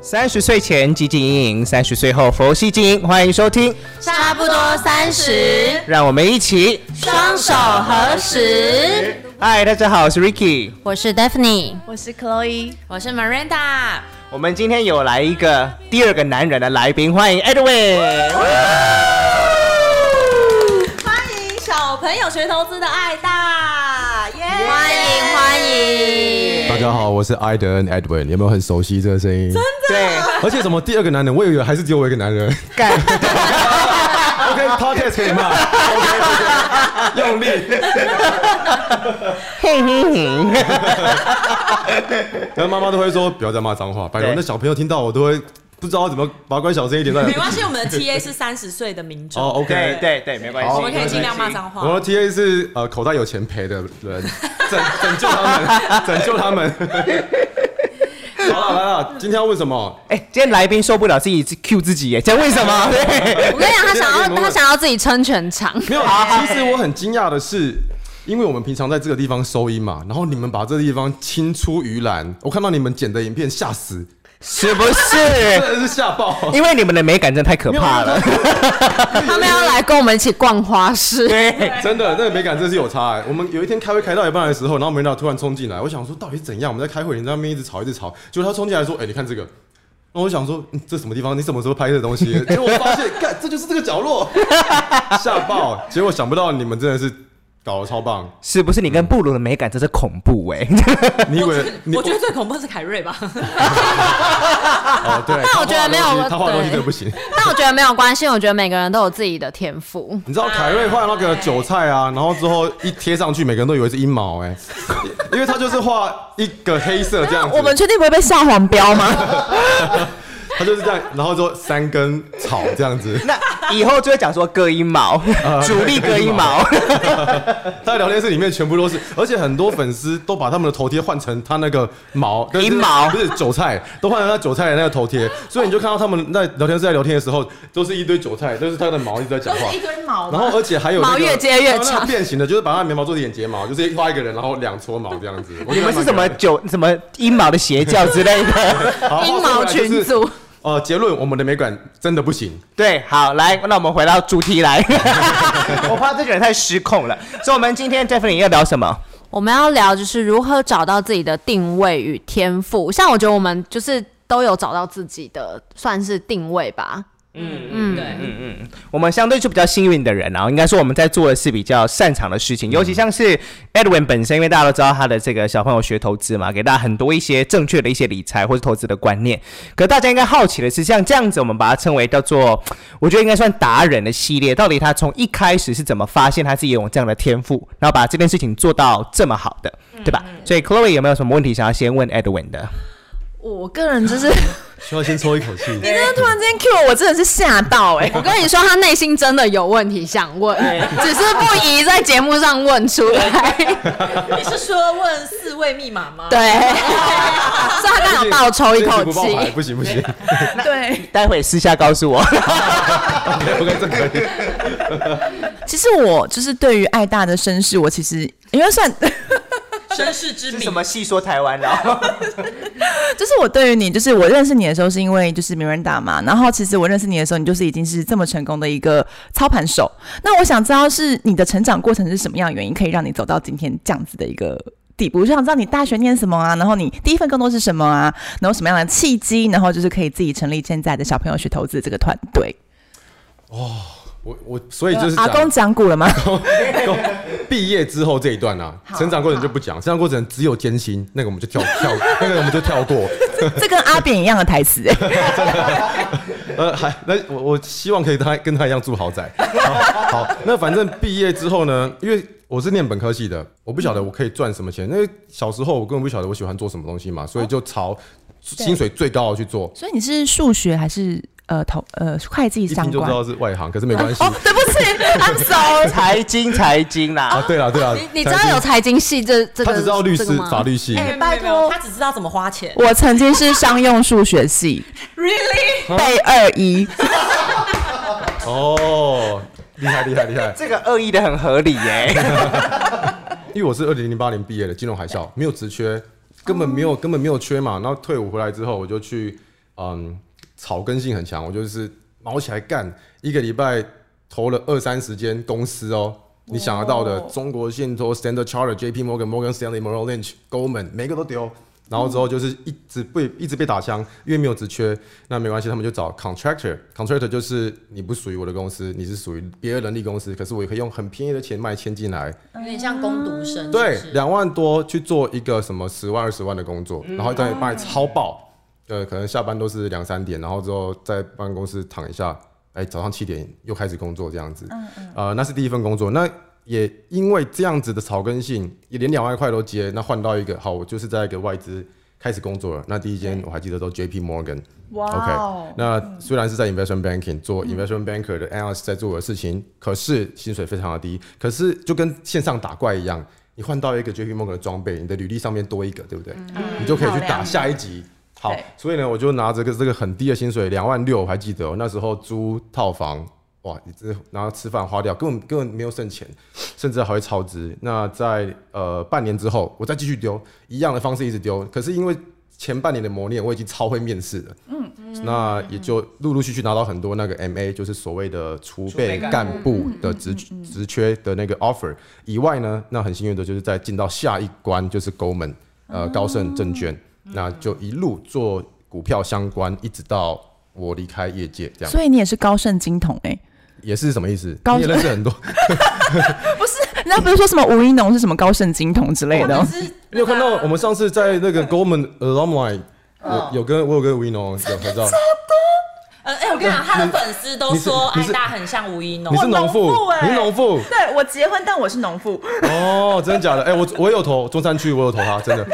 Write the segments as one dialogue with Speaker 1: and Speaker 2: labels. Speaker 1: 三十岁前积极经营，三十岁后佛系经营。欢迎收听，
Speaker 2: 差不多三十，
Speaker 1: 让我们一起。
Speaker 2: 双手合十。
Speaker 1: 嗨，大家好，我是 Ricky。
Speaker 2: 我是 Daphne，
Speaker 3: 我是 Chloe，
Speaker 2: 我是 Miranda。
Speaker 1: 我们今天有来一个第二个男人的来宾，欢迎 Edwin。
Speaker 3: 欢迎小朋友学投资的爱大，耶、
Speaker 2: 欢迎欢迎，
Speaker 4: 大家好，我是艾德恩 Edwin，有没有很熟悉这个声音？
Speaker 1: 对，
Speaker 4: 而且怎么第二个男人，我以为还是只有我一个 男人。
Speaker 1: 干
Speaker 4: OK，podcast 可以吗？用力，
Speaker 1: 嘿嘿嘿，
Speaker 4: 然后妈妈都会说不要再骂脏话，拜托
Speaker 1: 对
Speaker 4: 那小朋友听到我都会不知道怎么把它关小声一点。
Speaker 5: 没关系，我们的 TA 是三十岁的民众，
Speaker 4: 哦
Speaker 1: 对
Speaker 4: ，OK，
Speaker 1: 对对，没关系，
Speaker 5: 我们可以尽量骂脏
Speaker 4: 我
Speaker 5: 话。
Speaker 4: 的 TA 是呃口袋有钱赔的人，拯拯救 他们，拯救他们。 好了，来了，今天要问什么？
Speaker 1: 哎、今天来宾受不了自己 Q 自己耶，这样为什 么？对，
Speaker 2: 我跟你讲，他想
Speaker 4: 我
Speaker 2: 要
Speaker 4: 跟哎你讲
Speaker 2: 他想要自己撑全场，
Speaker 4: 没有，其实我很惊讶的是，因为我们平常在这个地方收音嘛，然后你们把这个地方清出鱼篮，我看到你们剪的影片吓死，
Speaker 1: 是不
Speaker 4: 真
Speaker 1: 是？
Speaker 4: 的是吓爆。
Speaker 1: 哎因为你们的美感真的太可怕了。
Speaker 2: 他们要来跟我们一起逛花市。
Speaker 5: 啊
Speaker 1: 对，
Speaker 4: 真的，那个美感真是有差、欸。我们有一天开会开到一半的时候，然后梅导突然冲进来，我想说到底是怎样？我们在开会，你在那边一直吵一直吵，结果他冲进来说：“哎、你看这个。”然后我想说、嗯，这什么地方？你什么时候拍的东西？结果我发现，干，这就是这个角落， 吓爆！结果想不到你们真的是搞得超棒。
Speaker 1: 是不是你跟布鲁的美感真是恐怖哎？
Speaker 4: 你以为你
Speaker 5: 我觉得最恐怖的是凯瑞吧，
Speaker 4: 哦，对，
Speaker 2: 但我觉得没有
Speaker 4: 他画的东
Speaker 2: 对
Speaker 4: 西真的不行。
Speaker 2: 但我觉得没有关系，我觉得每个人都有自己的天赋。
Speaker 4: 你知道凯瑞画那个韭菜啊，然后之后一贴上去，每个人都以为是阴毛哎、 因为他就是画一个黑色这样子，
Speaker 2: 我们确定不会被下黄标吗？
Speaker 4: 他就是这样，然后就三根草这样子。
Speaker 1: 那 以后就会讲说割一毛， 主力割啊一毛。
Speaker 4: 他的聊天室里面全部都是，而且很多粉丝都把他们的头贴换成他那个毛跟
Speaker 1: 阴毛
Speaker 4: 不是韭菜，都换成他韭菜的那个头贴，所以你就看到他们在聊天室在聊天的时候，都是一堆韭菜，都是他的毛一直在讲话。
Speaker 3: 堆毛
Speaker 4: 然后，而且还有、那个、
Speaker 2: 毛越接越
Speaker 4: 他们那个
Speaker 2: 长
Speaker 4: 变形的，就是把他的眉毛做成眼睫毛，就是画一个人，然后两撮毛这样子。我
Speaker 1: 你
Speaker 4: 觉得
Speaker 1: 们是什
Speaker 4: 蛮可
Speaker 1: 么
Speaker 4: 爱的
Speaker 1: 九什么阴毛的邪教之类 的？
Speaker 4: 好
Speaker 2: 阴毛群
Speaker 4: 就是
Speaker 2: 组，
Speaker 4: 呃，结论我们的美感真的不行。
Speaker 1: 对，好，来，那我们回到主题 来。我怕这个人太失控了，所以我们今天 Jeffrey 要聊什么？
Speaker 2: 我们要聊就是如何找到自己的定位与天赋。像我觉得我们就是都有找到自己的算是定位吧。
Speaker 5: 嗯，对，
Speaker 1: 我们相对就比较幸运的人啊，应该说我们在做的是比较擅长的事情，尤其像是 Edwin 本身，因为大家都知道他的这个小朋友学投资嘛，给大家很多一些正确的一些理财或是投资的观念。可大家应该好奇的是，像这样子，我们把它称为叫做，我觉得应该算达人的系列，到底他从一开始是怎么发现他自己有这样的天赋，然后把这件事情做到这么好的，对吧？所以 Chloe 有没有什么问题想要先问 Edwin 的？
Speaker 3: 我个人就是，
Speaker 4: 需要先抽一口气。
Speaker 3: 你 真的突然之间 Q 我，我真的是吓到哎、
Speaker 2: 我跟你说，他内心真的有问题想问，只是不宜在节目上问出来。
Speaker 5: 你是说问四位密码吗？，
Speaker 2: 对，所以他刚好倒抽一口
Speaker 4: 不爆牌
Speaker 2: 气。
Speaker 4: 不行 不行。
Speaker 3: 对，
Speaker 1: 待会私下告诉我。
Speaker 4: OK OK，这可以。
Speaker 3: 其实我就是对于爱大的身世，我其实因为算，
Speaker 5: 身世之谜
Speaker 1: 什。么戏说台湾 了？
Speaker 3: 就是我对于你，就是我认识你的时候是因为就是名人打嘛，然后其实我认识你的时候，你就是已经是这么成功的一个操盘手。那我想知道是你的成长过程是什么样的原因，可以让你走到今天这样子的一个。地步，我就想知道你大学念什么啊，然后你第一份工作是什么啊，然后什么样的契机，然后就是可以自己成立现在的小朋友学投资这个团队。
Speaker 4: 我我所以就是
Speaker 3: 阿
Speaker 4: 讲
Speaker 3: 公讲古了 吗？
Speaker 4: 毕业之后这一段啊，成长过程就不讲，成长过程只有艰辛，那个我们就跳跳，那个我们就跳过。
Speaker 3: 这跟阿扁一样的台词、哎
Speaker 4: 呃，还那我我希望可以跟他跟他一样住豪宅。 好，好那反正毕业之后呢，因为我是念本科系的，我不晓得我可以赚什么钱，因为小时候我根本不晓得我喜欢做什么东西
Speaker 2: 哦
Speaker 4: 嘛，所以就朝薪水最高的去做。
Speaker 3: 所以你是数学还是呃投呃会计
Speaker 4: 一
Speaker 3: 相
Speaker 4: 听就知
Speaker 3: 关？
Speaker 4: 道是外行，可是没关系。
Speaker 3: 哦，对不起，I'm sorry。
Speaker 1: 财经财经啦
Speaker 4: 啊，，对了对了，
Speaker 2: 你你知道有财经系这这
Speaker 4: 他
Speaker 2: 个
Speaker 4: 只知道律师
Speaker 2: 这个吗
Speaker 4: 法律系，
Speaker 5: 哎，
Speaker 3: 拜
Speaker 5: 拜
Speaker 3: 托
Speaker 5: 托，他只知道怎么花钱。
Speaker 3: 我曾经是商用数学系
Speaker 5: Really？
Speaker 3: 被二一，
Speaker 4: 哦，厉害厉害厉害！
Speaker 1: 这个恶意的很合理耶、
Speaker 4: 因为我是二零零八年毕业的，金融海啸没有职缺，根本没有根本没有缺嘛。然后退伍回来之后，我就去嗯草根性很强，我就是毛起来干，一个礼拜投了二三十间公司哦。你想得到的，
Speaker 5: 哦
Speaker 4: 中国信托、Standard Charter、J.P. Morgan、Morgan Stanley、Merrill Lynch、Goldman，每个都丢。然后之后就是一直被一直被打枪，因为没有职缺，那没关系，他们就找 contractor。contractor 就是你不属于我的公司，你是属于别的人力公司，可是我也可以用很便宜的钱卖签进来，
Speaker 5: 有点像攻读生，
Speaker 4: 对
Speaker 5: 是不，是
Speaker 4: 两万多去做一个什么十万二十万的工作，然后再卖超爆，呃，可能下班都是两三点，然后之后在办公室躺一下，哎，早上七点又开始工作这样子，呃，那是第一份工作，那也因为这样子的草根性，也连两万块都接，那换到一个好，我就是在一个外资开始工作了，那第一间我还记得都 J P Morgan，OK，那虽然是在 investment banking 做 investment banker 的 analyst 在做的事情，可是薪水非常的低，可是就跟线上打怪一样，你换到一个 JP Morgan 的装备，你的履历上面多一个，对不对？
Speaker 2: 嗯
Speaker 4: 你就可以去打下一级。好
Speaker 3: 对，
Speaker 4: 所以呢，我就拿着个这个很低的薪水，两万六，我还记得、哦、那时候租套房，哇，你这然后吃饭花掉，根本根本没有剩钱，甚至还会超支。那在呃半年之后，我再继续丢一样的方式一直丢，可是因为前半年的磨练，我已经超会面试了。
Speaker 3: 嗯
Speaker 4: 那也就陆陆续续拿到很多那个 MA，就是所谓的储备干部的
Speaker 3: 嗯
Speaker 4: 职职缺的那个 offer 以外呢，那很幸运的就是在进到下一关就是 Goldman 呃高盛证券，
Speaker 3: 哦
Speaker 4: 那就一路做股票相关，一直到我离开业界这样，
Speaker 3: 所以你也是高盛金童 哎、
Speaker 4: 也是什么意思？
Speaker 3: 高啊
Speaker 4: 你也认 识很多，
Speaker 3: 不是？人家不是说什么吴一农是什么高盛金童之类的
Speaker 5: 我
Speaker 3: 哦
Speaker 5: 们？是
Speaker 4: 你有看到我们上次在那个 Goldman alumni
Speaker 3: 哦
Speaker 4: 有有跟我有跟 Wino 有合照，
Speaker 5: 呃，哎，我跟你讲，他的粉丝都说
Speaker 4: 你
Speaker 5: 艾
Speaker 4: 是
Speaker 5: 大很像吴一农
Speaker 4: 你，是农妇
Speaker 3: 农妇，欸
Speaker 4: 你是农妇
Speaker 3: 对我结婚，但我是农妇，
Speaker 4: 哦，真的假的？哎、我我有投中山区，我有投他，真的。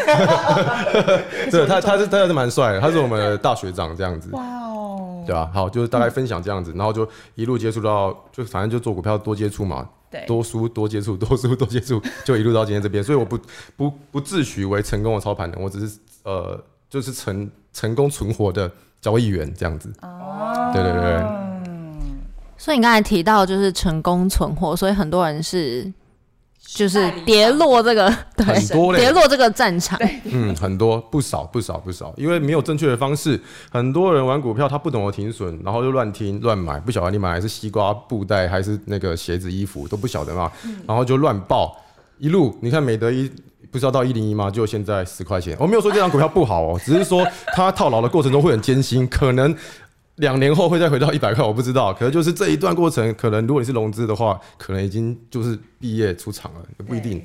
Speaker 4: 对，他他是他是蛮帅的，他是我们的大学长这样子，
Speaker 3: 哇哦，
Speaker 4: 对吧、好，就是大概分享这样子，然后就一路接触到，就反正就做股票多接触嘛，
Speaker 3: 对
Speaker 4: 多输多接触，多输多接触， 就一路到今天这边。所以我不不不自诩为成功的操盘人，我只是呃，就是成成功存活的交易员这样子。哦，对对对对。
Speaker 2: 所以你刚才提到就是成功存活，所以很多人是就是跌落这个
Speaker 4: 很多
Speaker 2: 对
Speaker 4: 嘞
Speaker 2: 跌落这个战场，
Speaker 4: 嗯，很多不少不少不少，因为没有正确的方式，很多人玩股票他不懂得停损，然后就乱听乱买，不晓得你买的是西瓜布袋还是那个鞋子衣服都不晓得嘛，然后就乱报，一路你看美德一。不知道到一零一吗？就现在十块钱，我没有说这张股票不好哦，只是说它套牢的过程中会很艰辛，可能两年后会再回到一百块，我不知道。可能就是这一段过程，可能如果你是融资的话，可能已经就是毕业出场了，也不一定。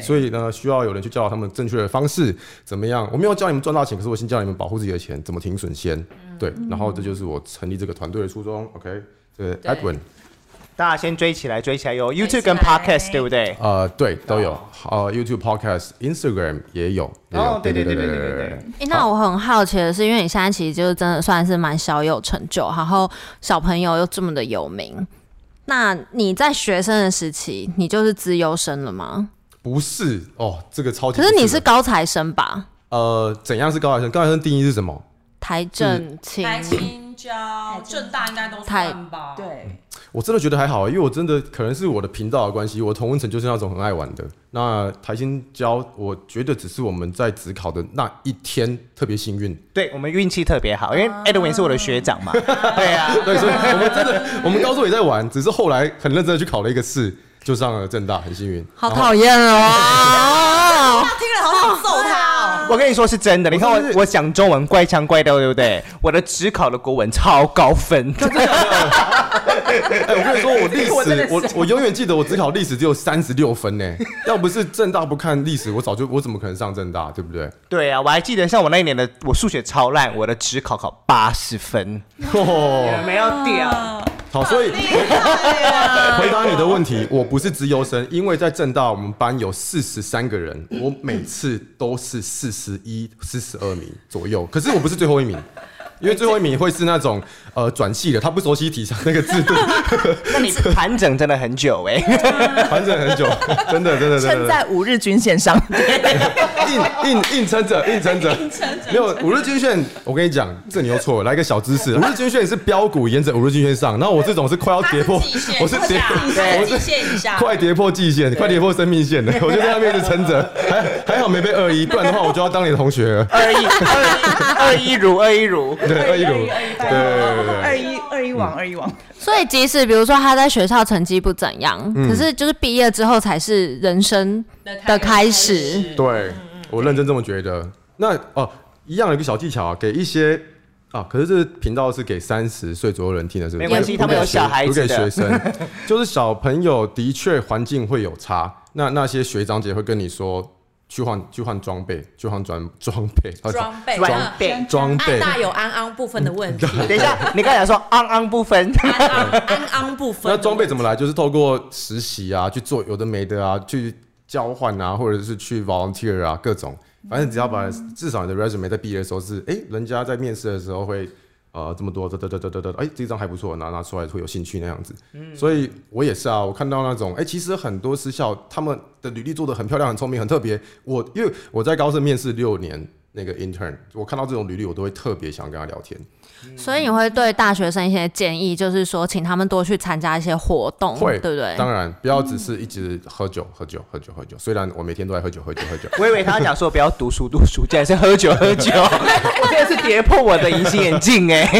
Speaker 4: 所以呢，需要有人去教导他们正确的方式，怎么样？我没有教你们赚大钱，可是我先教你们保护自己的钱，怎么停损先。对，然后这就是我成立这个团队的初衷。OK，这个
Speaker 5: 对
Speaker 4: Edwin，
Speaker 1: 大家先追起来，追起来有
Speaker 5: 起来
Speaker 1: YouTube 跟 Podcast 对不对？
Speaker 4: 呃，对，都有，呃，YouTube、Podcast、Instagram 也有，也有
Speaker 1: 哦对
Speaker 4: 对
Speaker 1: 对
Speaker 4: 对
Speaker 1: 对对
Speaker 4: 对
Speaker 1: 对
Speaker 4: 对。
Speaker 2: 诶那我很好奇的是，因为你现在其实就是真的算是蛮小有成就，然后小朋友又这么的有名。那你在学生的时期，你就是资优生了吗？
Speaker 4: 不是哦，这个超级
Speaker 2: 可
Speaker 4: 不的。
Speaker 2: 是你是高材生吧？
Speaker 4: 呃，怎样是高材生？高材生定义是什么？
Speaker 2: 台政青，
Speaker 5: 嗯台青交、正大应该都算吧？，
Speaker 3: 对，
Speaker 4: 我真的觉得还好，因为我真的可能是我的频道的关系，我同温层就是那种很爱玩的。那台新教，我觉得只是我们在职考的那一天特别幸 运，
Speaker 1: 对我们运气特别好，因为 Edwin 是我的学长 嘛。对啊，
Speaker 4: 对，所以我们真的，我们高中也在玩，只是后来很认真的去考了一个试，就上了正大，很幸运。
Speaker 2: 好讨厌哦！
Speaker 5: 他听了好想揍他哦。
Speaker 1: 我跟你说是真的，你看我
Speaker 4: 我真的是
Speaker 1: 我讲中文怪腔怪调，对不对？我的只考的国文超高 分，
Speaker 4: 哎、我跟你说，我 历
Speaker 3: 我真的
Speaker 4: 史，
Speaker 3: 是
Speaker 4: 我我永远记得我只考历史只有三十六分呢。要不是正大不看历史，我早就我怎么可能上正大，对不对？
Speaker 1: 对啊，我还记得像我那一年的我数学超烂，我的只考考八十分，
Speaker 4: 哦，
Speaker 1: 没有掉。
Speaker 4: 好，啊所以回答你的问题，我不是资优生，因为在正大我们班有四十三个人，我每次都是四十一、四十二名左右，可是我不是最后一名。因为最后一名会是那种呃转系的，他不熟悉体上那个制度，
Speaker 1: 那你 盘整真的很久哎、
Speaker 4: 盘整很久，真的真的 真
Speaker 3: 撑
Speaker 4: 的
Speaker 3: 在五日均线上，
Speaker 4: 硬硬硬撑着，硬撑着，没有五日均线，我跟你讲，这你又错了，来一个小知识，五日均线是标股沿着五日均线上，然后我这种是快要跌破
Speaker 5: 他是极，限
Speaker 4: 我是跌
Speaker 5: 他是极，限
Speaker 4: 我
Speaker 5: 极限以
Speaker 4: 是
Speaker 5: 下
Speaker 4: 快跌破季线，快跌破生命线的，我就在那边一直撑着，还还好没被二一，不然的话我就要当你的同学了。
Speaker 1: 二一二一二一如二一如，
Speaker 4: 对，二一股，对对对对
Speaker 3: 二一二一网，二一网，
Speaker 2: 所以即使比如说他在学校成绩不怎样，
Speaker 4: 嗯
Speaker 2: 可是就是毕业之后才是人生的开
Speaker 1: 嗯
Speaker 2: 始。
Speaker 4: 对，我认真这么觉得。那哦，一样有一个小技巧、啊，给一些啊，可是这频道是给三十岁左右人听的，是不
Speaker 1: 没
Speaker 4: 是？
Speaker 1: 关系
Speaker 4: 不给
Speaker 1: 他们有小孩子的
Speaker 4: 不给学生， 就是小朋友的确环境会有差。那那些学长姐会跟你说。去换去换装备，去换装装备，
Speaker 5: 装备
Speaker 1: 装
Speaker 5: 那
Speaker 1: 备
Speaker 4: 装
Speaker 5: 安
Speaker 4: 备，嗯
Speaker 5: 啊大有安安部分的问题，
Speaker 1: 等一下，你刚才说昂昂不分，，
Speaker 5: 安安安安部分
Speaker 4: 那
Speaker 5: 的问题。
Speaker 4: 装备怎么来？就是透过实习啊，去做有的没的啊，去交换啊，或者是去 volunteer 啊，各种，反正只要把
Speaker 5: 嗯
Speaker 4: 至少你的 resume 在毕业的时候是，哎、人家在面试的时候会。呃，这么多，得得得得得得，哎，这张还不错，拿拿出来会有兴趣那样子。
Speaker 5: 嗯
Speaker 4: 所以我也是啊，我看到那种，哎、其实很多私校他们的履历做的很漂亮、很聪明、很特别。我因为我在高盛面试六年那个 intern，我看到这种履历，我都会特别想跟他聊天。
Speaker 2: 所以你会对大学生一些建议，就是说，请他们多去参加一些活动，
Speaker 4: 会，
Speaker 2: 哦对不对？
Speaker 4: 当然，不要只是一直喝酒、喝酒、喝酒、喝酒。虽然我每天都在喝酒、喝酒、喝酒
Speaker 1: 我以为他讲说不要读书读书，竟然是喝酒喝酒，我真的是跌破我的隐形眼镜哎、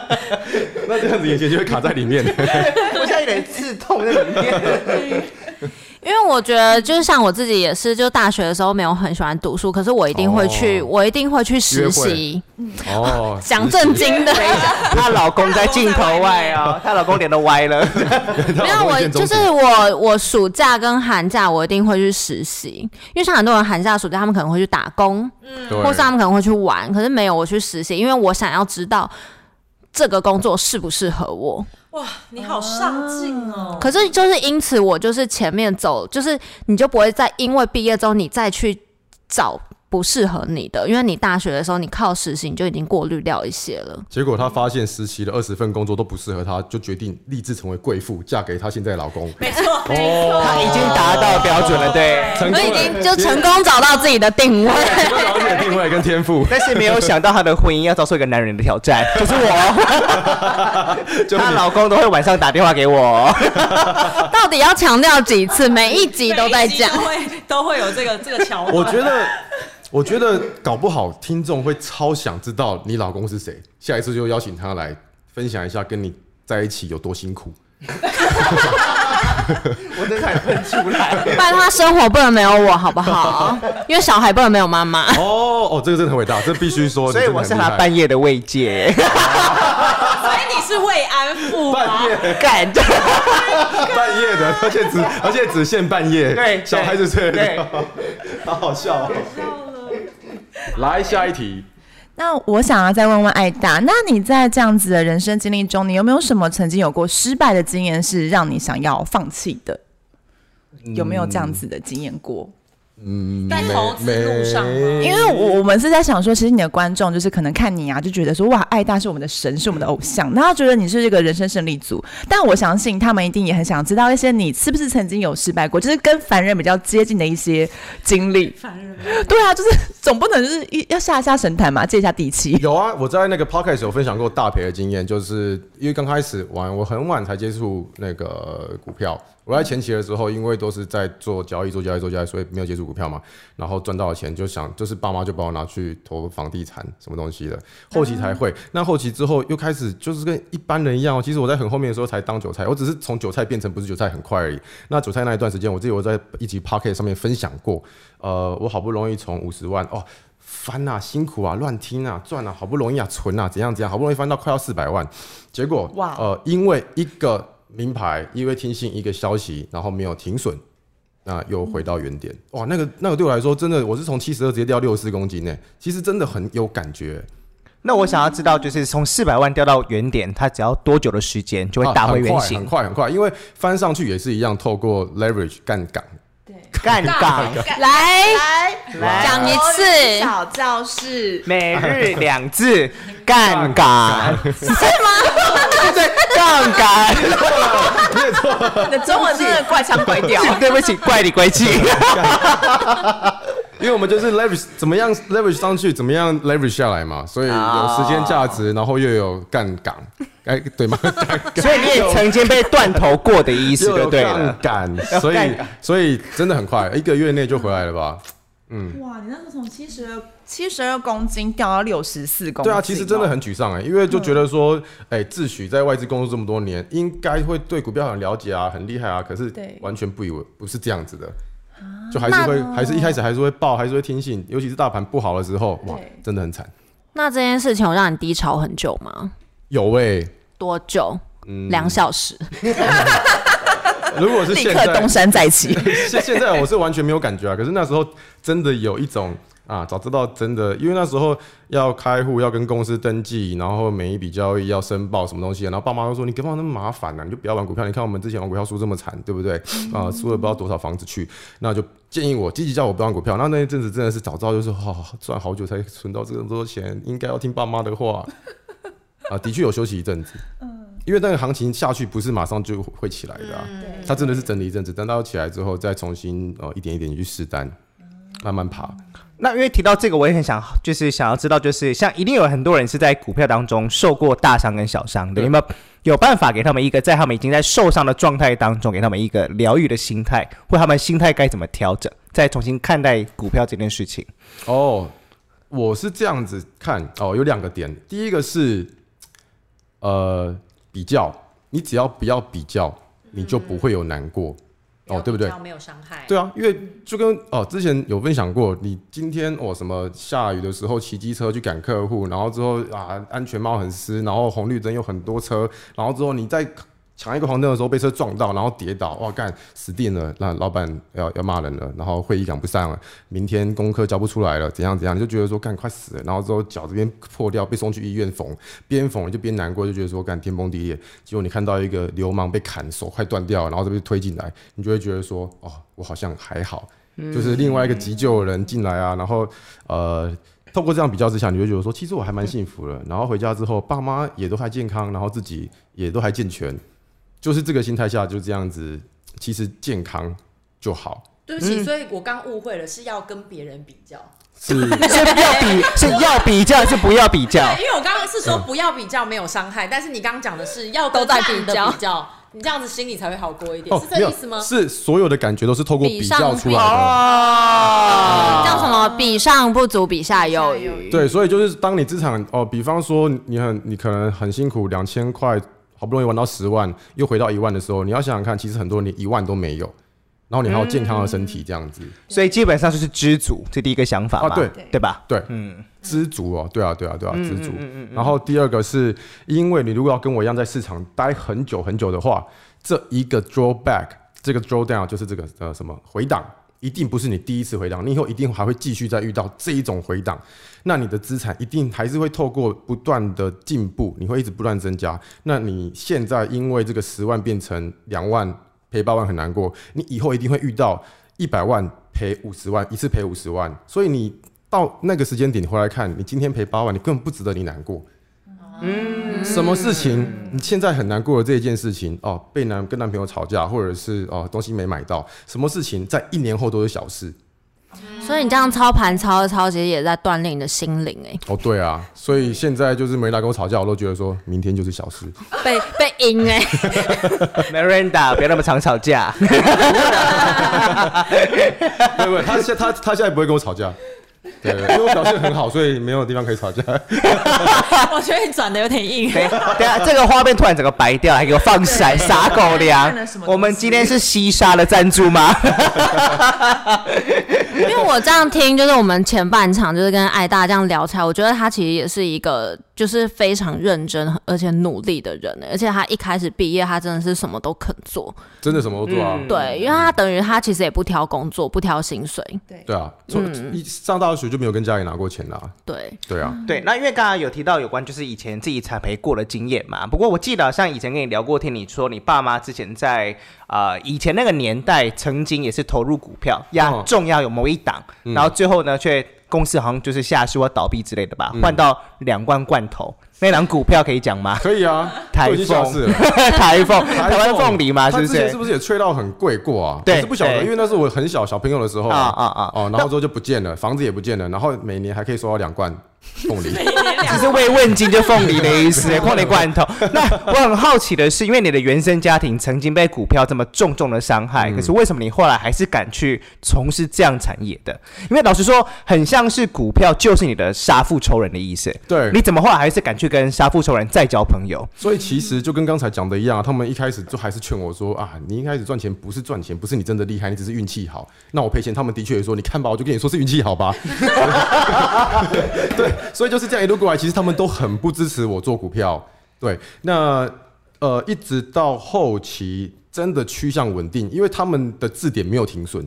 Speaker 4: 那这样子眼睛就会卡在里 面。
Speaker 1: 我现在有点刺痛在里面。
Speaker 2: 因为我觉得，就是像我自己也是，就大学的时候没有很喜欢读书，可是我一定会去，
Speaker 4: 哦
Speaker 2: 我一定会去实习，
Speaker 4: 哦，
Speaker 2: 讲正经的。
Speaker 1: 她老公在镜头外哦，她老公脸都歪了。
Speaker 4: 哦
Speaker 2: 没有，我就是我，我暑假跟寒假我一定会去实习，因为像很多人寒假、暑假他们可能会去打工，或是他
Speaker 4: 上
Speaker 2: 们可能会去玩，可是没有我去实习，因为我想要知道这个工作适不适合我。
Speaker 5: 哇，你好上进哦！
Speaker 2: 可是就是因此，我就是前面走，就是你就不会再因为毕业之后你再去找不适合你的，因为你大学的时候你靠实习你就已经过滤掉一些了。
Speaker 4: 结果她发现实习的二十份工作都不适合她，就决定立志成为贵妇，嫁给她现在的老公。哦
Speaker 5: 没错，没错，
Speaker 1: 她已经达到标准了，对。，
Speaker 4: 成
Speaker 2: 我
Speaker 4: 功
Speaker 2: 已经
Speaker 4: 了，
Speaker 2: 就成功找到自己的定位。
Speaker 4: 了解定位跟天赋
Speaker 1: 但是没有想到她的婚姻要遭受一个男人的挑战，就是我。
Speaker 4: 就是
Speaker 1: 她
Speaker 4: 你
Speaker 1: 老公都会晚上打电话给我，
Speaker 2: 到底要强调几次？每一集都在讲
Speaker 5: 每。一集都会都会有这个这个桥段。
Speaker 4: 我觉得，我觉得搞不好听众会超想知道你老公是谁，下一次就邀请他来分享一下跟你在一起有多辛苦。
Speaker 1: 我真的差点喷出来。
Speaker 2: 不然他生活不能没有我，好不 好？因为小孩不能没有妈妈。
Speaker 4: 哦哦，这个真的很伟大，这必 须说。
Speaker 1: 所以我是
Speaker 4: 他
Speaker 1: 她半夜的慰藉，
Speaker 5: 所以哎你是慰安妇吗
Speaker 4: 半？夜
Speaker 1: 干。
Speaker 4: 半夜 的，而且只而且只限半夜，
Speaker 1: 对
Speaker 4: 小孩子睡得
Speaker 1: 对
Speaker 4: 着， 好好笑哦。来下一题，
Speaker 3: 那我想要再问问艾达，那你在这样子的人生经历中，你有没有什么曾经有过失败的经验，是让你想要放弃的？有没有这样子的经验过？
Speaker 5: 在投资路上吗？
Speaker 3: 因为我我们是在想说，其实你的观众就是可能看你啊，就觉得说哇，艾大是我们的神，是我们的偶像，那他觉得你是这个人生胜利组。但我相信他们一定也很想知道一些你是不是曾经有失败过，就是跟凡人比较接近的一些经历。凡人对啊，就是 总不能就是一要下一下神坛嘛，借一下地气。
Speaker 4: 有啊，我在那个 podcast 有分享过大赔的经验，就是因为刚开始玩，我很晚才接触那个股票。我在前期的时候，因为都是在做交易、做交易、做交易，所以没有接触股票嘛。然后赚到的钱就想，就是爸妈就把我拿去投房地产什么东西的。后期才会，那后期之后又开始就是跟一般人一样、哦。其实我在很后面的时候才当韭菜，我只是从韭菜变成不是韭菜很快而已。那韭菜那一段时间，我自己有在一集 podcast 上面分享过，呃，我好不容易从五十万哦。翻啊，辛苦啊，乱听啊，赚啊，好不容易啊，存啊，怎样怎样，好不容易翻到快要四百万，结果
Speaker 3: 哇
Speaker 4: 呃，因为一个名牌，因为听信一个消息，然后没有停损，那又回到原点，哇，那个那个对我来说真的，我是从七十二直接掉六十四公斤呢，其实真的很有感觉，
Speaker 1: 那我想要知道，就是从四百万掉到原点，它只要多久的时间就会打回原
Speaker 4: 啊很
Speaker 1: 形？
Speaker 4: 快很快很快，因为翻上去也是一样，透过 leverage 杠杆，
Speaker 1: 干港
Speaker 2: 来
Speaker 3: 来
Speaker 1: 来
Speaker 2: 讲
Speaker 4: 哦
Speaker 2: 一次，
Speaker 3: 小教室，
Speaker 1: 每日两字， 杠杆是吗？对，杠杆。
Speaker 3: 你的中文真的怪腔怪 调
Speaker 1: 对不起，怪里怪气。
Speaker 4: 因为我们就是 leverage 怎么样 leverage 上去，怎么样 leverage 下来嘛，所以有时间价
Speaker 1: 啊
Speaker 4: 值，然后又有杠杆，哎，对吗？
Speaker 1: 所以你也曾经被断头过的意思，
Speaker 4: 又
Speaker 1: 就
Speaker 4: 有
Speaker 1: 对
Speaker 4: 杠
Speaker 1: 了。
Speaker 4: 杆，所以
Speaker 1: 杠杆
Speaker 4: 所以真的很快，一个月内就回来了吧？嗯，
Speaker 3: 哇，你那时候从七十二七十二公斤掉到六十四公斤、
Speaker 4: 对啊，其实真的。很沮丧哎、因为就觉得说，哎、自诩在外资工作这么多年，应该会对股票很了解啊，很厉害啊，可是
Speaker 3: 对
Speaker 4: 完全不以为不是这样子的。就还是会，还是一开始还是会爆，还是会听信，尤其是大盘不好的时候，哇
Speaker 3: 对，
Speaker 4: 真的很惨。
Speaker 2: 那这件事情有让你低潮很久吗？
Speaker 4: 有哎、
Speaker 2: 多久？
Speaker 4: 嗯，
Speaker 2: 两小时。
Speaker 4: 如果是
Speaker 3: 立
Speaker 4: 现
Speaker 3: 刻
Speaker 4: 在
Speaker 3: 东，山再起，
Speaker 4: 现现在我是完全没有感觉啊，可是那时候真的有一种啊，早知道真的，因为那时候要开户，要跟公司登记，然后每一笔交易要申报什么东西，然后爸妈都说你干嘛那么麻烦啊呢、你就不要玩股票，你看我们之前玩股票输这么惨，对不对？啊，输了不知道多少房子去，那就建议我积极叫我不玩股票。那那一阵子真的是早知道就是好、哦、赚好久才存到这么多钱，应该要听爸妈的话啊，的确有休息一阵子。因为那个行情下去不是马上就会起来的啊，它真的是整理一阵子，等到起来之后再重新呃一点一点去试单，慢慢爬。
Speaker 1: 那因为提到这个，我也很想，就是想要知道，就是像一定有很多人是在股票当中受过大伤跟小伤的，
Speaker 4: 对
Speaker 1: 有没有有办法给他们一个在他们已经在受伤的状态当中，给他们一个疗愈的心态，或他们心态该怎么调整，再重新看待股票这件事 情？
Speaker 4: 哦，我是这样子看哦，有两个点，第一个是呃比较，你只要不要比较，你就不会有难过、哦，对不对？
Speaker 5: 没有伤害。
Speaker 4: 对啊，因为就跟哦，之前有分享过，你今天哦什么下雨的时候骑机车去赶客户，然后之后啊安全帽很湿，然后红绿灯有很多车，然后之后你在抢一个黄灯的时候被车撞到，然后跌倒，哇干死定了，那老板要要骂人了，然后会议赶不上了，明天功课交不出来了，怎样怎样，你就觉得说干快死了，然后之后脚这边破掉被送去医院缝，边缝你就边难过，就觉得说干天崩地裂，结果你看到一个流氓被砍手快断掉，然后这边推进来，你就会觉得说，哦，我好像还好，
Speaker 5: 嗯
Speaker 4: 就是另外一个急救的人进来啊，然后呃，透过这样比较之下，你就会觉得说，其实我还蛮幸福
Speaker 5: 嗯
Speaker 4: 的。然后回家之后，爸妈也都还健康，然后自己也都还健全，就是这个心态下就这样子，其实健康就 好，
Speaker 5: 对
Speaker 4: 嗯
Speaker 5: 不起，所以我刚误会了，是要跟别人比较。
Speaker 4: 是
Speaker 1: 是要比是要比较，是不要比较？
Speaker 5: 对，因为我刚刚是说不要比较没有伤害，但是你刚刚讲的是要跟
Speaker 2: 都在
Speaker 5: 这样
Speaker 2: 比
Speaker 5: 的
Speaker 2: 较
Speaker 5: 比 较，你这样子心里才会好过一点，
Speaker 4: 哦
Speaker 5: 是，
Speaker 4: 没
Speaker 5: 这
Speaker 4: 有
Speaker 5: 意思吗？
Speaker 4: 是所有的感觉都是透过比较出来的。
Speaker 1: 哦，
Speaker 2: 叫什么？比上不足，比下有余。
Speaker 4: 对，所以就是当你资产哦，比方说你很你可能很辛苦，两千块好不容易玩到十万，又回到一万的时候，你要想想看，其实很多人连一万都没有，然后你还有健康的身体这样子，
Speaker 1: 所以基本上就是知足，这第一个想法嘛，
Speaker 4: 啊对
Speaker 1: 对吧？
Speaker 4: 对，嗯，知足哦，对啊，对啊，对啊，知足。然后第二个是因为你如果要跟我一样在市场待很久很久的话，这一个 drawback，这个 drawdown 就是这个呃什么回档。一定不是你第一次回档，你以后一定还会继续再遇到这一种回档，那你的资产一定还是会透过不断的进步，你会一直不断增加。那你现在因为这个十万变成两万，赔八万很难过，你以后一定会遇到一百万赔五十万，一次赔五十万，所以你到那个时间点你回来看，你今天赔八万，你根本不值得你难过。嗯，什么事情？你现在很难过的这一件事情哦，被男跟男朋友吵架，或者是哦东西没买到，什么事情在一年后都是小事
Speaker 2: 所以你这样操盘操一操，其实也在锻炼你的心灵哎、
Speaker 4: 哦。对啊，所以现在就是没来跟我吵架，我都觉得说明天就是小 事。
Speaker 2: 被被赢哎、
Speaker 1: Miranda，不要那么常吵 架。
Speaker 4: 对不对？他现他他现在不会跟我吵架，对，因为我表现很好，所以没有地方可以吵架。
Speaker 5: 啊我觉得你转的有点 硬。
Speaker 1: 等一下等一下，啊这个画面突然整个白掉，还给我放闪，撒狗粮
Speaker 3: 看了什么。东西
Speaker 1: 我们今天是西沙的赞助吗？
Speaker 2: 因为我这样听，就是我们前半场就是跟艾大这样聊起来，我觉得他其实也是一个就是非常认真而且努力的人、欸，而且他一开始毕业，他真的是什么都肯做，
Speaker 4: 真的什么都做啊，
Speaker 1: 嗯
Speaker 2: 对，因为他等于他其实也不挑工作，不挑薪水，
Speaker 4: 对啊，从
Speaker 1: 嗯
Speaker 4: 一上大学就没有跟家里拿过钱啦，
Speaker 2: 对，
Speaker 4: 对啊，
Speaker 1: 对，那因为刚刚有提到有关就是以前自己产培过的经验嘛，不过我记得好像以前跟你聊过天，你说你爸妈之前在呃以前那个年代曾经也是投入股票，压
Speaker 4: 哦嗯
Speaker 1: 重要有某一档，然后最后呢却公司好像就是下市或倒闭之类的
Speaker 4: 嗯
Speaker 1: 吧，换到两万罐头那档股票可以讲
Speaker 4: ？
Speaker 1: 吗
Speaker 4: 可以啊，
Speaker 1: 台
Speaker 4: 都已经下市
Speaker 1: 风
Speaker 4: 了。，
Speaker 1: 台风，台湾凤梨嘛，
Speaker 4: 他
Speaker 1: 是不
Speaker 4: 之前
Speaker 1: 是
Speaker 4: 是？不是也吹到很贵过啊？
Speaker 1: 对
Speaker 4: 我是不晓得，
Speaker 1: 对
Speaker 4: 因为那是我很小小朋友的时候哦
Speaker 1: 啊啊啊
Speaker 4: 哦，然后之后就不见了，房子也不见了，然后每年还可以收到两罐，凤梨。
Speaker 1: 只是慰问金就凤梨的意 思，矿梨罐头。那我很好奇的是，因为你的原生家庭曾经被股票这么重重的伤
Speaker 4: 嗯
Speaker 1: 害，可是为什么你后来还是敢去从事这样产业的？因为老实说，很像是股票就是你的杀父仇人的意思。
Speaker 4: 对
Speaker 1: 你怎么后来还是敢去跟杀父仇人再交朋友？
Speaker 4: 所以其实就跟刚才讲的一样、他们一开始就还是劝我说啊，你一开始赚钱不是赚钱，不是你真的厉害，你只是运气好。那我赔钱，他们的确也说，你看吧，我就跟你说是运气好吧。对，所以就是这样一路过来，其实他们都很不支持我做股票。对，那呃，一直到后期真的趋向稳定，因为他们的字典没有停损。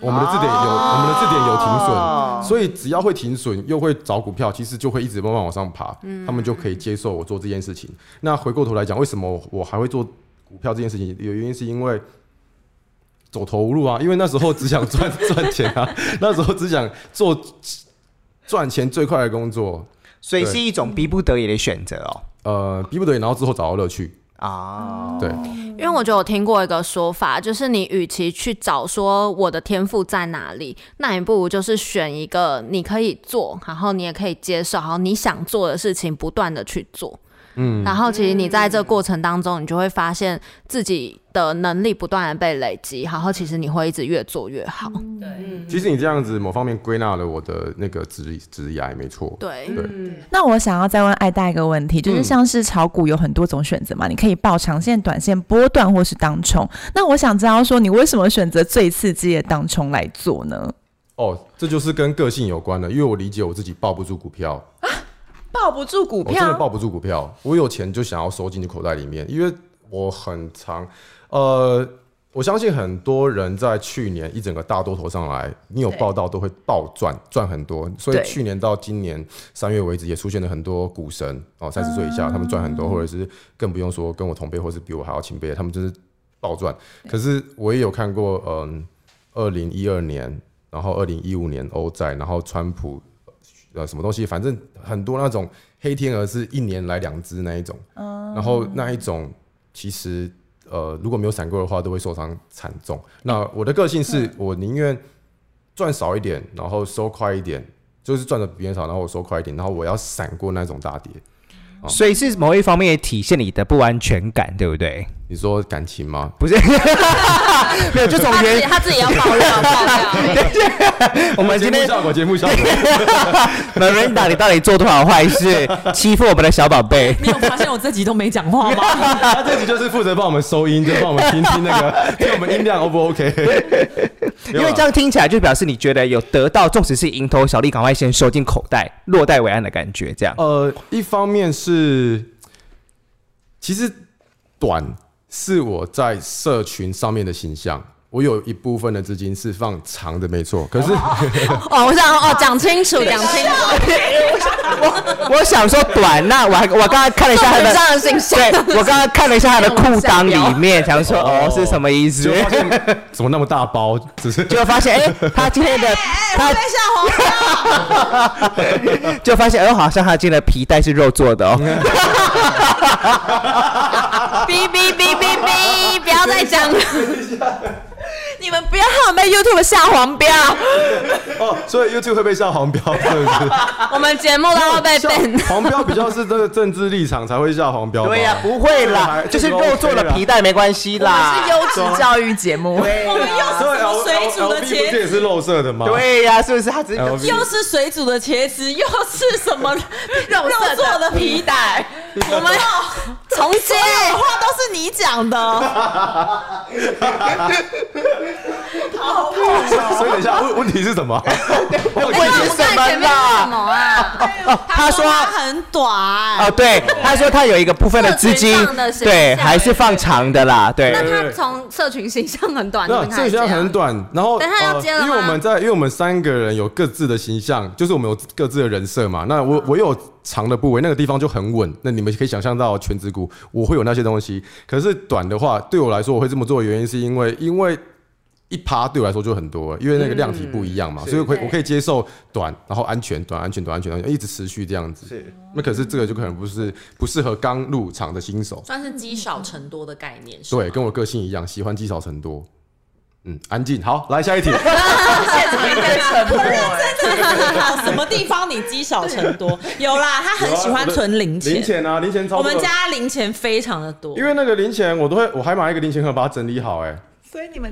Speaker 4: 我们的字典有，我们的字典有停损，所以只要会停损，又会找股票，其实就会一直慢慢往上爬，他们就可以接受我做这件事情。那回过头来讲，为什么我还会做股票这件事情？有原因是因为走投无路啊，因为那时候只想赚 赚钱啊，那时候只想做赚钱最快的工作，
Speaker 1: 所以是一种逼不得已的选择哦。
Speaker 4: 呃，逼不得已，然后之后找到乐趣，
Speaker 1: 啊，
Speaker 4: 对，
Speaker 2: 因为我觉得我听过一个说法，就是你与其去找说我的天赋在哪里，那你不如就是选一个你可以做，然后你也可以接受，然后你想做的事情不断的去做。嗯，然后其实你在这过程当中，你就会发现自己的能力不断的被累积，然后其实你会一直越做越好。
Speaker 5: 嗯对，
Speaker 4: 其实你这样子某方面归纳了我的那个职职涯，没错，
Speaker 2: 对，
Speaker 4: 对。
Speaker 3: 那我想要再问艾大一个问题，
Speaker 4: 嗯
Speaker 3: 就是像是炒股有很多种选择嘛，你可以报长线、短线、波段或是当冲。那我想知道说，你为什么选择最刺激的当冲来做呢？
Speaker 4: 哦，这就是跟个性有关的，因为我理解我自己抱不住股票，
Speaker 3: 抱不住股
Speaker 4: 我真的抱不住股票，我有钱就想要收进去口袋里面，因为我很常，呃，我相信很多人在去年一整个大多头上来，你有报道都会暴赚，赚很多，所以
Speaker 3: 对
Speaker 4: 去年到今年三月为止，也出现了很多股神哦，三十岁以下他们赚很多，或者是更不用说跟我同辈或是比我还要前辈，他们真是暴赚。可是我也有看过，嗯，二零一二年，然后二零一五年欧债，然后川普呃什么东西，反正很多那种黑天鹅是一年来两只那一种，然后那一种其实呃如果没有闪过的话，都会受伤惨重。那我的个性
Speaker 1: 嗯
Speaker 4: 是我宁愿赚少一点，然后收快一点，就是赚的比别人少，然后我收快一点，然后我要闪过那种大跌。哦
Speaker 1: 所以是某一方面也体现你的不安全感，对不对？
Speaker 4: 你说感情吗？
Speaker 1: 不是，没有，就从
Speaker 5: 他自己
Speaker 1: 原
Speaker 5: 他自己要爆料爆料，
Speaker 1: 我们今
Speaker 4: 节目
Speaker 1: 天
Speaker 4: 效果，节目效果，
Speaker 1: Miranda，你到底做多少坏事， 欺负我们的小宝贝？
Speaker 6: 你有发现我自己都没讲话吗？
Speaker 4: 他这集就是负责帮我们收音，就帮我们听听 那个，听我们音量 O 不 OK？
Speaker 1: 因为这样听起来就表示你觉得有得到，纵使是蝇头小利，赶快先收进口袋，落袋为安的感觉。这样，
Speaker 4: 呃，一方面是，其实短是我在社群上面的形象，我有一部分的资金是放长的，没错。可是
Speaker 2: 哦，我想哦，讲清楚，讲清楚，
Speaker 1: 我想说短，那我还我刚刚看了一下他的
Speaker 2: 重点上的形 象
Speaker 1: 对我刚刚看了一下他的裤裆里面，想说哦是什么意思
Speaker 4: 就？发现怎么那么大包，只是
Speaker 1: 就发现哎、他今 天的他在黄标，就发现哎、好像他今天的皮带是肉做的哦。
Speaker 2: 哔哔哔哔 哔，不要再讲了，
Speaker 3: 你们不要害我被 YouTube 下黄标，
Speaker 4: 哦，所以 YouTube 会被下黄标，是不 是？
Speaker 2: 我们节目都要被 ban。
Speaker 4: 黄标比较是这个政治立场才会下黄标吧，
Speaker 1: 对呀、不会啦，
Speaker 4: 这
Speaker 1: 就
Speaker 4: 个
Speaker 1: 是
Speaker 4: 还
Speaker 1: 肉做的皮，带没关系啦。
Speaker 3: 优质教育节目。
Speaker 5: 我们又是什么水
Speaker 4: 这
Speaker 5: 煮
Speaker 4: 个 OK 啦
Speaker 5: 的
Speaker 4: 对啊，L- L- LB 不是
Speaker 5: 茄
Speaker 4: 也
Speaker 5: 子，
Speaker 4: 是肉色的吗？
Speaker 1: 对呀、是不是？他只是
Speaker 4: LV
Speaker 5: 又是水煮的茄子，又是什么肉
Speaker 3: 色的
Speaker 5: 做的皮带，我们
Speaker 2: 重新，
Speaker 6: 话都是你讲的，
Speaker 4: 所以等一下，问问题是什么？
Speaker 1: 问
Speaker 2: 哎
Speaker 1: 题什么啦？
Speaker 2: 啊？
Speaker 1: 他说
Speaker 6: 它很短，
Speaker 1: 哦，对，他说他有一个部分的资金
Speaker 2: 社群上的，形象
Speaker 1: 对，还是放长的啦，对。
Speaker 2: 那他从社群形象很短，
Speaker 4: 那
Speaker 2: 就跟他
Speaker 4: 这个形象很短，然后
Speaker 2: 等一下要接了
Speaker 4: 呃，因为我
Speaker 2: 吗
Speaker 4: 们在，因为我们三个人有各自的形象，就是我们有各自的人设嘛。那
Speaker 2: 嗯
Speaker 4: 我我有长的部位，那个地方就很稳。那你们可以想象到全指股，我会有那些东西。可是短的话，对我来说，我会这么做的原因是因为，因为一趴对我来说就很多了，因为那个量体不一样嘛，所以我可以我可以接受短，然后安全，短安全，短安全，短安全一直持续这样子。是。那可是这个就可能不是不适合刚入场的新手。
Speaker 5: 算是积少成多的概念，是吗
Speaker 4: 对，跟我个性一样，喜欢积少成多。嗯，安静。好，来下一题。
Speaker 3: 现场应该沉默哎。
Speaker 5: 真的很好， 什么地方你积少成 多？有啦，他很 喜欢存零
Speaker 4: 零
Speaker 5: 钱，
Speaker 4: 钱啊，零钱超
Speaker 5: 我
Speaker 4: 多的。
Speaker 5: 们家零钱非常的多
Speaker 4: 因。为那个零钱，我都会，我还买一个零钱盒，把它整理好、
Speaker 5: 啊
Speaker 4: 哎，
Speaker 3: 所以你们，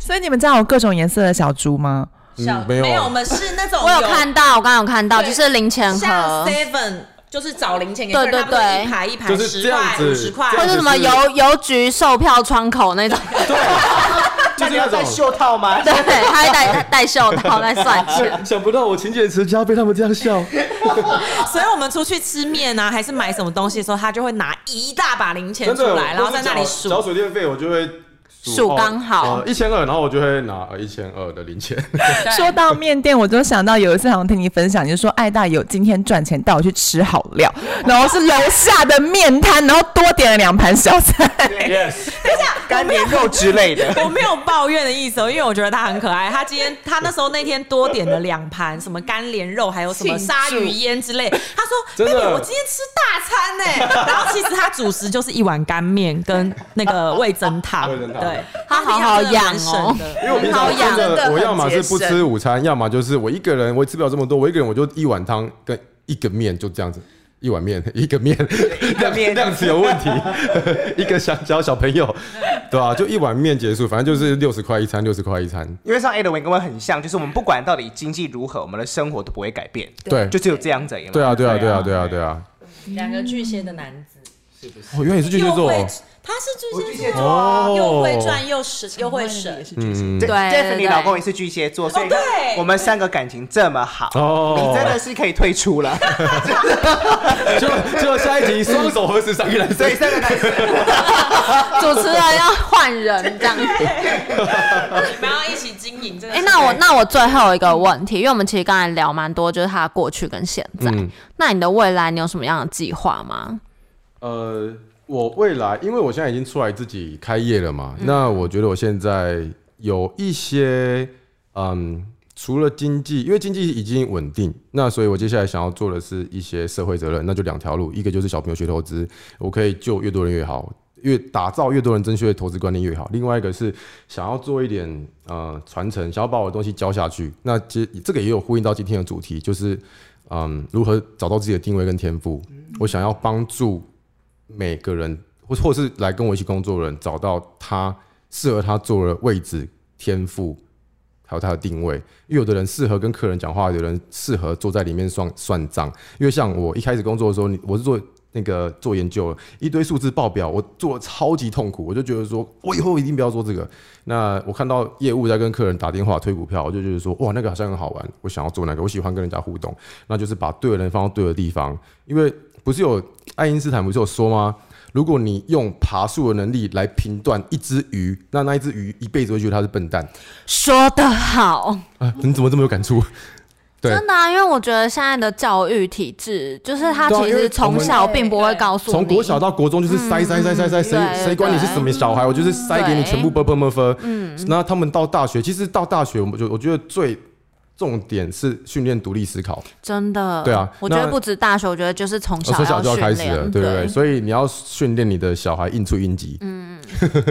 Speaker 3: 所以你们家有各种颜色的小猪吗？
Speaker 5: 小
Speaker 4: 嗯没有啊
Speaker 5: 我们是那种
Speaker 2: 我有看到，我刚刚有看到，
Speaker 5: 对
Speaker 2: 就是零钱
Speaker 5: 像
Speaker 2: 盒，
Speaker 5: Seven 就是找零钱给
Speaker 2: 嗯对
Speaker 5: 客人
Speaker 2: 对
Speaker 5: 他们
Speaker 2: 对
Speaker 5: 一排一排
Speaker 4: 就是这
Speaker 5: 十
Speaker 4: 样
Speaker 5: 块
Speaker 4: 子
Speaker 5: 五十块
Speaker 4: 这，
Speaker 2: 或
Speaker 4: 样
Speaker 2: 者什么
Speaker 4: 就是
Speaker 2: 邮邮局售票窗口那 种，
Speaker 4: 就是 那种。
Speaker 1: 袖套吗？
Speaker 2: 对，他会戴戴戴袖套在算钱。
Speaker 4: 想想不到我勤俭持家被他们这样 笑，
Speaker 5: 所以我们出去吃面啊，还是买什么东西的时候，他就会拿一大把零钱
Speaker 4: 真
Speaker 5: 出
Speaker 4: 的。
Speaker 5: 来，然后在那里数
Speaker 4: 我。缴水电费，我就会呃
Speaker 2: 数刚好
Speaker 4: 一千二，然后我就会拿一千二的零钱。
Speaker 5: 对
Speaker 3: 说到面店，我就想到有一次好像听你分享，你就说爱大有今天赚钱带我去吃好料，然后是楼下的面摊，然后多点了两盘小菜。
Speaker 1: yes，干年肉之类 的。
Speaker 5: 我没有抱怨的意思哦，因为我觉得他很可爱。他今天他那时候那天多点了两盘什么干莲肉，还有什么鲨鱼烟之类。他说
Speaker 4: 真的
Speaker 5: ：“baby，我今天吃大餐呢、 然后其实他主食就是一碗干面跟那个味增 汤。
Speaker 4: 味噌汤
Speaker 5: 对，
Speaker 2: 他好好养哦
Speaker 5: 他
Speaker 4: 因为我平常真
Speaker 5: 啊
Speaker 2: 好养
Speaker 4: 的，
Speaker 3: 真的
Speaker 4: 我要么是
Speaker 3: 很
Speaker 4: 不
Speaker 3: 节省
Speaker 4: 吃午餐，要么就是我一个人，我吃不了这么多，我一个人我就一碗汤跟一个面就这样子。一碗面，一个面，量
Speaker 1: 面
Speaker 4: 量词有问题，一个香蕉小朋友，对啊吧、就一碗面结束，反正就是六十块一餐，六十块一餐。
Speaker 1: 因为像 Edwin 跟我很像，就是我们不管到底经济如何，我们的生活都不会改变，
Speaker 4: 对，
Speaker 1: 就只有这样子而已嘛。
Speaker 4: 对啊，对啊，对啊，对啊，对啊。
Speaker 5: 两个巨蟹的男子，
Speaker 4: 哦，原来你是巨蟹
Speaker 5: 又
Speaker 4: 座哦，
Speaker 5: 会他是巨蟹座
Speaker 4: 哦
Speaker 5: 啊，又会赚又省又会省。
Speaker 4: 嗯，
Speaker 1: 对哦
Speaker 2: 对
Speaker 1: ，Jeff，你
Speaker 2: 对
Speaker 1: 老公也是巨蟹座，所以
Speaker 5: 对
Speaker 1: 我们三个感情这么好，
Speaker 4: 哦
Speaker 1: 你真的是可以退出 了。
Speaker 4: 就就下一题，双手合十，上一来
Speaker 1: 所以三个感情，
Speaker 2: 主持人要换人这样。
Speaker 5: 你们要一起经营这个。
Speaker 2: 哎、那我那我最后一个问题，因为我们其实刚才聊蛮多，就是他的过去跟现在。
Speaker 4: 嗯
Speaker 2: 那你的未来，你有什么样的计划吗？
Speaker 4: 呃，我未来，因为我现在已经出来自己开业了嘛，那我觉得我现在有一些，嗯，除了经济，因为经济已经稳定，那所以我接下来想要做的是一些社会责任，那就两条路，一个就是小朋友学投资，我可以救越多人越好。越打造越多人正确的投资观念越好。另外一个是想要做一点呃传承，想要把我的东西教下去。那其实这个也有呼应到今天的主题，就是嗯如何找到自己的定位跟天赋。我想要帮助每个人，或或是来跟我一起工作的人，找到他适合他做的位置、天赋，还有他的定位。因为有的人适合跟客人讲话，有的人适合坐在里面算算账。因为像我一开始工作的时候，你我是做。那个做研究一堆数字报表，我做的超级痛苦，我就觉得说，我以后一定不要做这个。那我看到业务在跟客人打电话推股票，我就觉得说，哇，那个好像很好玩，我想要做那个，我喜欢跟人家互动，那就是把对的人放到对的地方。因为不是有爱因斯坦不是有说吗？如果你用爬树的能力来评断一只鱼，那那一只鱼一辈子会觉得它是笨蛋。
Speaker 2: 说得好，
Speaker 4: 啊，你怎么这么有感触？对
Speaker 2: 真的啊，因为我觉得现在的教育体制，就是他
Speaker 4: 对啊
Speaker 2: 其
Speaker 4: 因为
Speaker 2: 实从小并不会告诉你，
Speaker 4: 从国小到国中就是塞塞塞塞塞，谁
Speaker 2: 嗯对
Speaker 4: 谁管你是什么小孩，我就是塞给你全部啵啵啵啵。嗯，那他们到大学，其实到大学，我们就我觉得最重点是训练独立思考。
Speaker 2: 真的，
Speaker 4: 对啊
Speaker 2: 我觉得
Speaker 4: 那
Speaker 2: 不止大学，我觉得就是从
Speaker 4: 我
Speaker 2: 小
Speaker 4: 从小就要
Speaker 2: 训
Speaker 4: 开始
Speaker 2: 练，
Speaker 4: 了，对不对？所以你要训练你的小孩应出应急。
Speaker 2: 嗯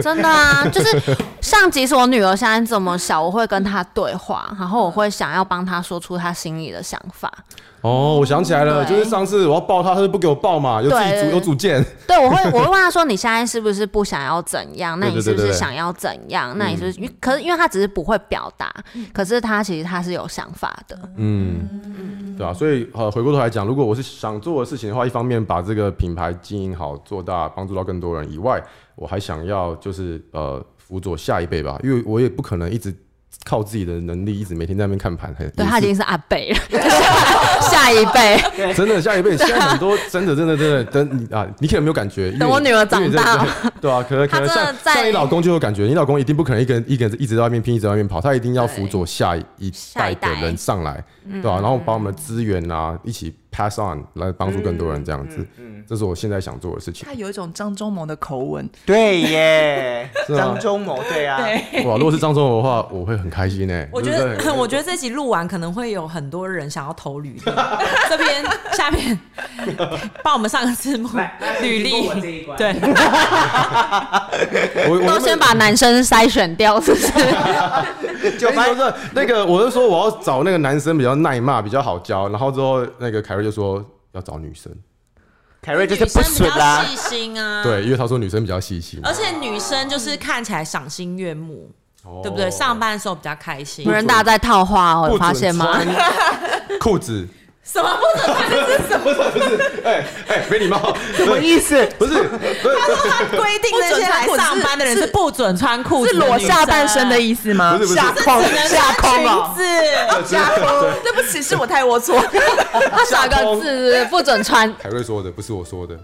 Speaker 2: 真的啊，就是像即使我女儿现在这么小，我会跟她对话，然后我会想要帮她说出她心里的想法。
Speaker 4: 哦，我想起来了，就
Speaker 2: 对
Speaker 4: 是上次我要抱他，他就不给我抱嘛，有自己
Speaker 2: 对
Speaker 4: 主有主见。
Speaker 2: 对，我会我会问她说：“你现在是不是不想要怎样？那
Speaker 4: 对
Speaker 2: 你
Speaker 4: 对
Speaker 2: 是不
Speaker 4: 对嗯
Speaker 2: 是
Speaker 4: 对对
Speaker 2: 想要怎样？那你是不是……可是因为她只是不会表达，
Speaker 5: 嗯
Speaker 2: 可是她其实她是有想法的。
Speaker 4: 嗯，对啊，所以呃，回过头来讲，如果我是想做的事情的话，一方面把这个品牌经营好、做大，帮助到更多人以外，我还想要就是呃辅佐下一辈吧，因为我也不可能一直靠自己的能力，一直每天在那边看盘。很
Speaker 2: 对，
Speaker 4: 也
Speaker 2: 她已
Speaker 4: 是
Speaker 2: 经是阿贝了，就是下一辈。
Speaker 4: 真的下一辈，现在很多 真的真的真的等你啊，你可能没有感觉，因为
Speaker 2: 等我女儿长
Speaker 4: 因为你在
Speaker 2: 大，
Speaker 4: 对啊，可能可
Speaker 2: 她真
Speaker 4: 能
Speaker 2: 的
Speaker 4: 像
Speaker 2: 在
Speaker 4: 像你老公就有感觉，你老公一定不可能一个人一个人一直在外面拼，一直在外面跑，他一定要辅佐下一
Speaker 2: 下
Speaker 4: 代
Speaker 2: 一
Speaker 4: 的
Speaker 2: 代嗯
Speaker 4: 人上来，对吧、然后把我们的资源啊一起 pass on 来帮助更多
Speaker 2: 嗯
Speaker 4: 人这样子。
Speaker 1: 嗯
Speaker 4: 这是我现在想做的 事情。
Speaker 3: 他有一种张忠谋的口吻，
Speaker 1: 对耶，
Speaker 4: 是吗
Speaker 1: 张忠谋，对啊，
Speaker 4: 哇，如果是张忠谋的话，我会很开心欸呢。
Speaker 5: 我觉
Speaker 4: 对不对
Speaker 5: 得，我觉得这集录完可能会有很多人想要投履历。这边下面 帮我们上个字幕，
Speaker 1: 你
Speaker 5: 履历
Speaker 1: 过我这一关
Speaker 5: 对，
Speaker 4: 我我
Speaker 2: 都先 把男生筛选掉，是不是？
Speaker 1: 就
Speaker 4: 哎
Speaker 1: 发
Speaker 4: 不是那个，我是说我要找那个男生比较耐骂，比较好教。然后之后那个凯瑞就说要找女生，
Speaker 1: 凯瑞就
Speaker 5: 女
Speaker 1: 是
Speaker 5: 生
Speaker 1: 不
Speaker 5: 比
Speaker 1: 损
Speaker 5: 较
Speaker 1: 啦，
Speaker 5: 细心啊，，
Speaker 4: 对，因为他说女生比较细心，
Speaker 5: 而且女生就是看起来赏心悦目，
Speaker 4: 哦
Speaker 5: 对不对？上班的时候比较开心
Speaker 2: 女。人大家在套话哦，
Speaker 4: 不
Speaker 2: 有
Speaker 4: 准
Speaker 2: 发现吗？
Speaker 4: 穿 裤子
Speaker 5: 什么不准看？
Speaker 4: 哎没礼貌，
Speaker 1: 什么意思？
Speaker 4: 不是不是
Speaker 5: 规定
Speaker 3: 那些来上班的人是
Speaker 5: 不准穿裤
Speaker 3: 是
Speaker 5: 子的
Speaker 3: 裸
Speaker 5: 女
Speaker 3: 下
Speaker 5: 生啊
Speaker 3: 半身的意思吗？
Speaker 4: 不是不是
Speaker 1: 下空下空
Speaker 5: 裙
Speaker 1: 哦，
Speaker 5: 子，
Speaker 3: 下空，对不起，是我太龌龊。
Speaker 2: 他少个字，不准穿。
Speaker 4: 凯瑞说的，不是我说的。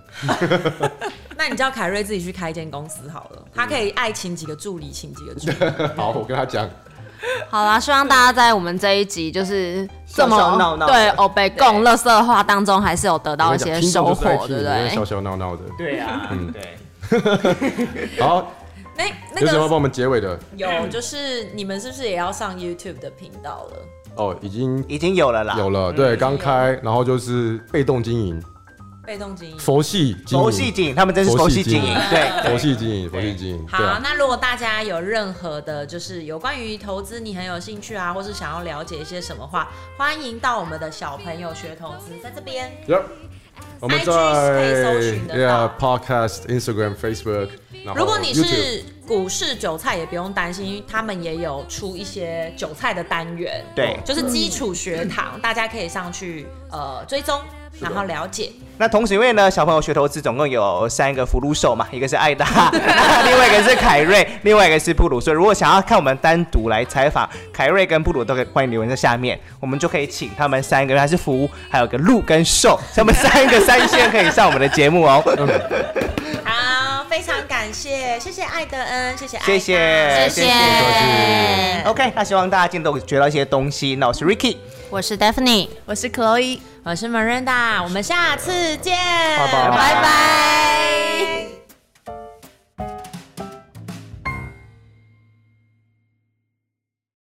Speaker 5: 那你叫凯瑞自己去开一间公司好了，他可以爱请几个助理，请几 个助理。
Speaker 4: 好，我跟他讲，
Speaker 2: 好啦，希望大家在我们这一集就是这么
Speaker 1: 笑笑闹闹
Speaker 2: 对欧北共乐色话当中，还是有得到一些收获，
Speaker 4: 我跟你讲听众就
Speaker 2: 对
Speaker 4: 是
Speaker 2: 不
Speaker 4: 爱听你
Speaker 2: 对
Speaker 4: 笑？笑闹闹的。
Speaker 1: 对啊，
Speaker 4: 嗯
Speaker 1: 对。
Speaker 4: 好，
Speaker 5: 那哎那
Speaker 4: 有什么要
Speaker 5: 个
Speaker 4: 帮我们结尾的？
Speaker 5: 有就是你们是不是也要上 YouTube 的频道了？
Speaker 4: 哦，已经
Speaker 1: 已经有了啦，
Speaker 4: 有了，对，刚开，然后就是被动经营，
Speaker 5: 被动经营。
Speaker 4: 佛系经
Speaker 1: 佛系
Speaker 4: 营，
Speaker 1: 经营，他们真是
Speaker 4: 佛
Speaker 1: 佛
Speaker 4: 系
Speaker 1: 系经
Speaker 4: 经
Speaker 1: 营
Speaker 4: 营，
Speaker 1: 对，对
Speaker 4: 佛系经营，佛系经营，
Speaker 5: 好，
Speaker 4: 对啊，
Speaker 5: 那如果大家有任何的，就是有关于投资你很有兴趣啊，或是想要了解一些什么话，欢迎到我们的小朋友学投资，在这边
Speaker 4: Yep，我们
Speaker 5: IG 是可以搜
Speaker 4: 在
Speaker 5: 寻得
Speaker 4: Yeah
Speaker 5: 到
Speaker 4: Podcast、Instagram、Facebook，然后
Speaker 5: 如果你
Speaker 4: YouTube
Speaker 5: 是股市韭菜，也不用担心，因为他们也有出一些韭菜的单元，
Speaker 1: 对
Speaker 5: 就是基础学堂，大家可以上去呃追踪，然后了解。
Speaker 1: 那同时，因为呢，小朋友学投资总共有三个福禄寿嘛，一个是艾 达，另外一个是凯瑞，另外一个是布鲁。所以如果想要看我们单独来采访凯瑞跟布鲁，都可以欢迎留言在下面，我们就可以请他们三个，还是福，还有个禄跟寿，他们三个三线可以上我们的节目 哦。
Speaker 5: 好，非常感谢，谢谢艾德恩，谢谢艾达，
Speaker 1: 谢谢，
Speaker 2: 谢谢。
Speaker 1: OK，那希望大家今天都学到一些东西。那我是 Ricky，
Speaker 2: 我是 Daphne，
Speaker 3: 我是 Chloe。
Speaker 5: 我是 Miranda，我们下次见，
Speaker 1: 拜拜
Speaker 5: 拜拜